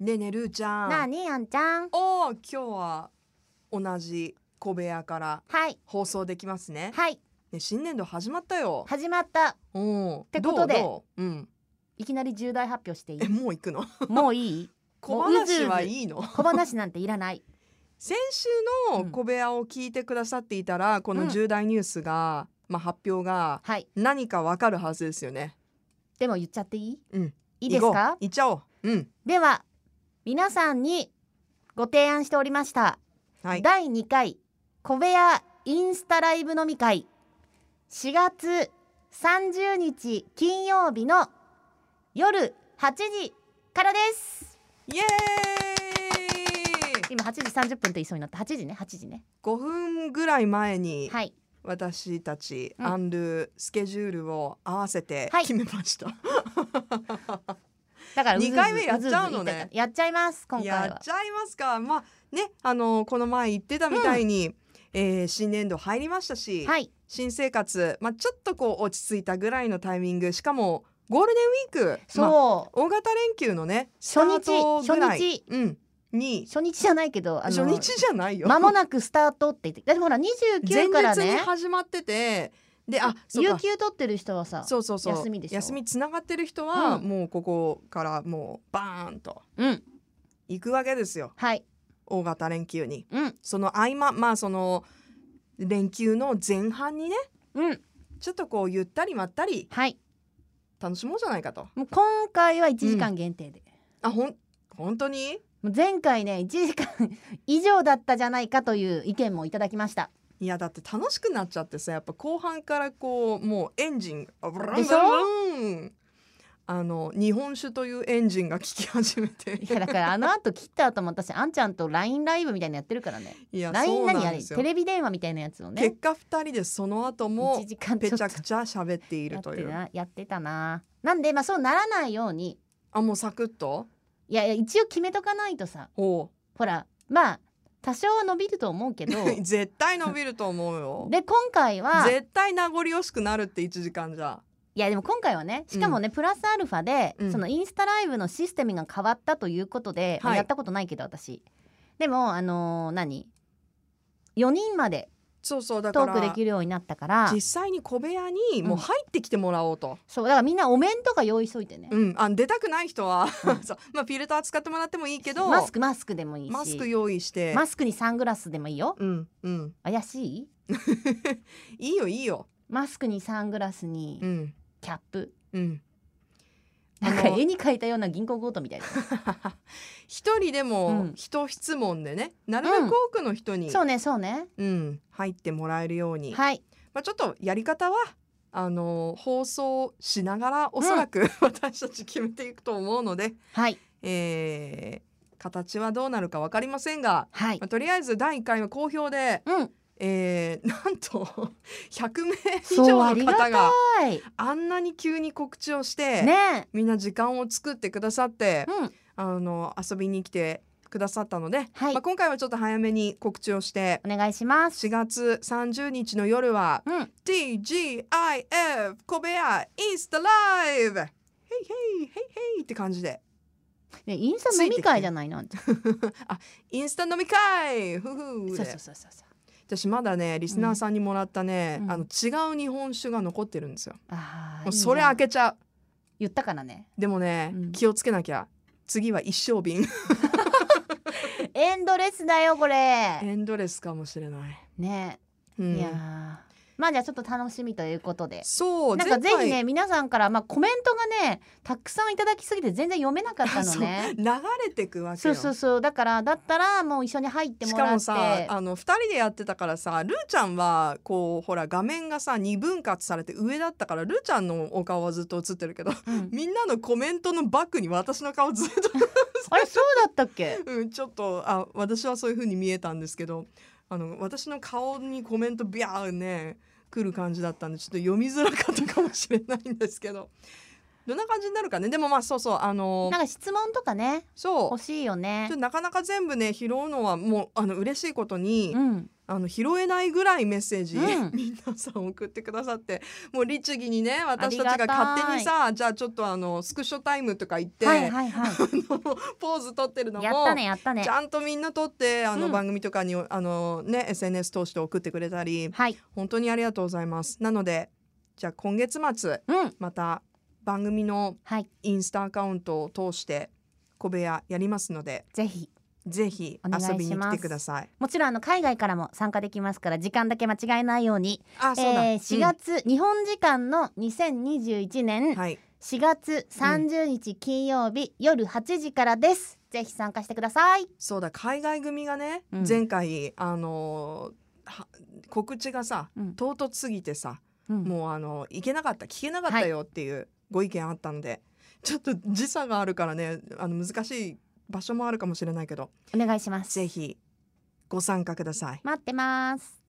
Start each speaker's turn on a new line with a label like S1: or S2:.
S1: ねえねえるーちゃん
S2: なあにあんちゃん
S1: おー今日は同じ小部屋から
S2: はい
S1: 放送できますね
S2: はい
S1: ね新年度始まったよ
S2: 始まった
S1: おって
S2: こと
S1: ど
S2: で
S1: うどううん
S2: いきなり重大発表していい
S1: えもう行くの
S2: もういい
S1: 小
S2: もううずうず
S1: 話はいいの
S2: 小話なんていらない
S1: 先週の小部屋を聞いてくださっていたらこ
S2: う
S1: の
S2: ん
S1: 重大ニュースが、まあ発表が
S2: はい
S1: 何かわかるはずですよね
S2: でも言っちゃっていい、
S1: うん、
S2: いいですか
S1: 行こう行っちゃおううん
S2: では皆さんにご提案しておりました、
S1: はい
S2: 第2回小部屋インスタライブ飲み会4月30日金曜日の夜8時からです
S1: イエーイ
S2: 今8時30分と言いそうになった8時ね8時ね
S1: 5分ぐらい前に
S2: はい
S1: 私たち、
S2: うん
S1: アンルースケジュールを合わせて
S2: はい
S1: 決めました、
S2: だからうずう
S1: 二
S2: ず
S1: 回目やっちゃうのね
S2: ずず言いたいからやっちゃいます今回
S1: やっ
S2: は
S1: ちゃいますかまあねあのこの前言ってたみたいに、えー新年度入りましたし、
S2: はい
S1: 新生活、まあ、ちょっとこう落ち着いたぐらいのタイミングしかもゴールデンウィーク
S2: そう、
S1: まあ大型連休のねスタ
S2: 初日
S1: ートぐらい
S2: 初日
S1: うん、に
S2: 初日じゃないけどあ
S1: 初
S2: の
S1: 日じゃないよ
S2: 間もなくスタートって言ってだってほら
S1: 前
S2: 29から
S1: 日に
S2: ね
S1: 始まっててであそう
S2: 有
S1: か
S2: 給取ってる人はさ
S1: そうそうそう
S2: 休みでしょ
S1: つながってる人は、
S2: うん
S1: もうここからもうバーンと
S2: うん
S1: 行くわけですよ
S2: はい
S1: 大型連休に
S2: うん
S1: その合間まあその連休の前半にね
S2: うん
S1: ちょっとこうゆったりまったり
S2: はい
S1: 楽しもうじゃないかと
S2: もう今回は1時間限定で、
S1: あほん本当に
S2: もう前回ね1時間以上だったじゃないかという意見もいただき ました
S1: いやだって楽しくなっちゃってさやっぱ後半からこうもうエンジンあブラン
S2: でし
S1: ブ
S2: ょ
S1: ランあの日本酒というエンジンが効き始めて
S2: いやだからあの後切った後も私あんちゃんと LINE ライブみたいなのやってるからね
S1: いや
S2: LINE
S1: そう
S2: 何
S1: なん
S2: あれ
S1: です
S2: テ
S1: よ
S2: レビ電話みたいなやつをね
S1: 結果二人でその後も
S2: 1時間
S1: ぺ
S2: ちょっ
S1: ちゃ
S2: と
S1: くちゃ喋ってい
S2: や
S1: る
S2: っ
S1: と
S2: て
S1: いう。
S2: なやってたななんでまあそうならないように
S1: あもうサクッと。
S2: いやいや一応決めとかないとさ
S1: おう
S2: ほらまあ多少は伸びると思う けどで
S1: 絶対伸びると思う よ。
S2: 今回は
S1: 絶対名残惜しくなるって一時間じゃ。
S2: いやでも今回はねしかもね、プラスアルファで、
S1: うん
S2: そのインスタライブのシステムが変わったということで、まあ
S1: はい
S2: やったことないけど私でもあのー何4人まで
S1: そうそうだ
S2: ト
S1: か
S2: ークで
S1: ら
S2: きるようになったから
S1: 実際に小部屋にもう入ってきてもらおうと。
S2: そうだからみんなお面とか用意しといてね
S1: う、ん、あ出たくない人は、
S2: うん
S1: そうまあフィルター使ってもらってもいいけど
S2: マスクマスクでもいいし
S1: マスク用意して。
S2: マスクにサングラスでもいいよ
S1: うんうん
S2: 怪しい
S1: いいよいいよ。
S2: マスクにサングラスに
S1: うん
S2: キャップ、
S1: うん。あ
S2: な
S1: の
S2: んか絵に描いたような銀行強盗みたいな
S1: 一人で
S2: う
S1: も
S2: ん
S1: 一質問でね、なるべく多くの人に、
S2: そうねそうね
S1: うん、入ってもらえるように、
S2: はい
S1: まあ、ちょっとやり方はあの放送しながらおそらく、 私たち決めていくと思うので、
S2: はい
S1: えー形はどうなるか分かりませんが、
S2: はい
S1: まあとりあえず第1回は好評で、
S2: うん
S1: えーなんと 100名以
S2: そうあ
S1: 上
S2: り
S1: の
S2: がた
S1: 方
S2: い
S1: があんなに急に告知をして、
S2: ね
S1: みんな時間を作ってくださって
S2: え、うん
S1: あの遊びに来てくださったので、
S2: はい
S1: まあ、今回はちょっと早めに告知をして
S2: お願いします
S1: 4月30日の夜は
S2: うん
S1: TGIF 小部屋インスタライブヘイヘイヘイヘイって感じで
S2: ねインスタ飲み会じゃないのそう
S1: インスタ飲み会ふふ
S2: そう
S1: で
S2: そうそうそう
S1: 私まだねリスナーさんにもらったね、
S2: うん
S1: あの違う日本酒が残ってるんですよ、
S2: あ
S1: も
S2: あ
S1: うそれ開けちゃう
S2: 言ったからね
S1: でもね、
S2: うん
S1: 気をつけなきゃ次は一升瓶
S2: エンドレスだよこれ
S1: エンドレスかもしれない、
S2: ね
S1: う
S2: え
S1: ん
S2: いやーまあじゃあちょっと楽しみということで
S1: そう
S2: なんか
S1: 前
S2: ぜ
S1: 回
S2: ひね皆さんからまあコメントがねたくさんいただきすぎて全然読めなかったの ね
S1: 流れてくわけ
S2: そう
S1: よ
S2: そうそうだからだったらもう一緒に入って
S1: し
S2: も
S1: からも
S2: って
S1: さあの2人でやってたからさルーちゃんはこうほら画面がさ2分割されて上だったからルーちゃんのお顔はずっと映ってるけど
S2: うん
S1: みんなのコメントのバックに私の顔ずっと、
S2: あれそうだったっけ
S1: うん、ちょっとあ私はそういう風に見えたんですけどあの私の顔にコメントビャーね来る感じだったんでちょっと読みづらかったかもしれないんですけどどんな感じになるかねでもまあそうそうあの
S2: なんか質問とかね
S1: そう
S2: 欲しいよね
S1: ちょっとなかなか全部ね拾うのはもうあの嬉しいことに
S2: う。ん
S1: あの拾えないぐらいメッセージ、
S2: うん
S1: 皆さん送ってくださってもう律儀にね私たち
S2: あり
S1: が
S2: がたい
S1: 勝手にさじゃあちょっとあのスクショタイムとか言って、
S2: はいはいは
S1: あのポーズ撮ってるのも
S2: い。やったねやったね
S1: ち。ゃんとみんな撮ってあの、
S2: うん
S1: 番組とかにあの、ね、SNS 通して送ってくれたり
S2: はい。
S1: 本当にありがとうございます。なのでじゃあ今月末
S2: うん。
S1: また番組の
S2: はい。
S1: インスタアカウントを通して小部屋やりますので
S2: ぜひ。
S1: ぜひ
S2: お願いします
S1: 遊びに来てください。
S2: もちろんあの海外からも参加できますから時間だけ間違えないように。
S1: あそうだ、
S2: えー、4月、日本時間の2021
S1: うん
S2: 年
S1: はい、
S2: 4月30日金曜日、夜8時からです。ぜひ参加してください。
S1: そうだ海外組がね、
S2: うん
S1: 前回あのーは告知がさ
S2: うん。
S1: 唐突すぎてさ、
S2: うん
S1: もうあの行けなかった聞けなかったよっていうご意見あったので、ちょっと時差があるからねあの難しい場所もあるかもしれないけど
S2: お願いします。
S1: ぜひご参加ください。
S2: 待ってます。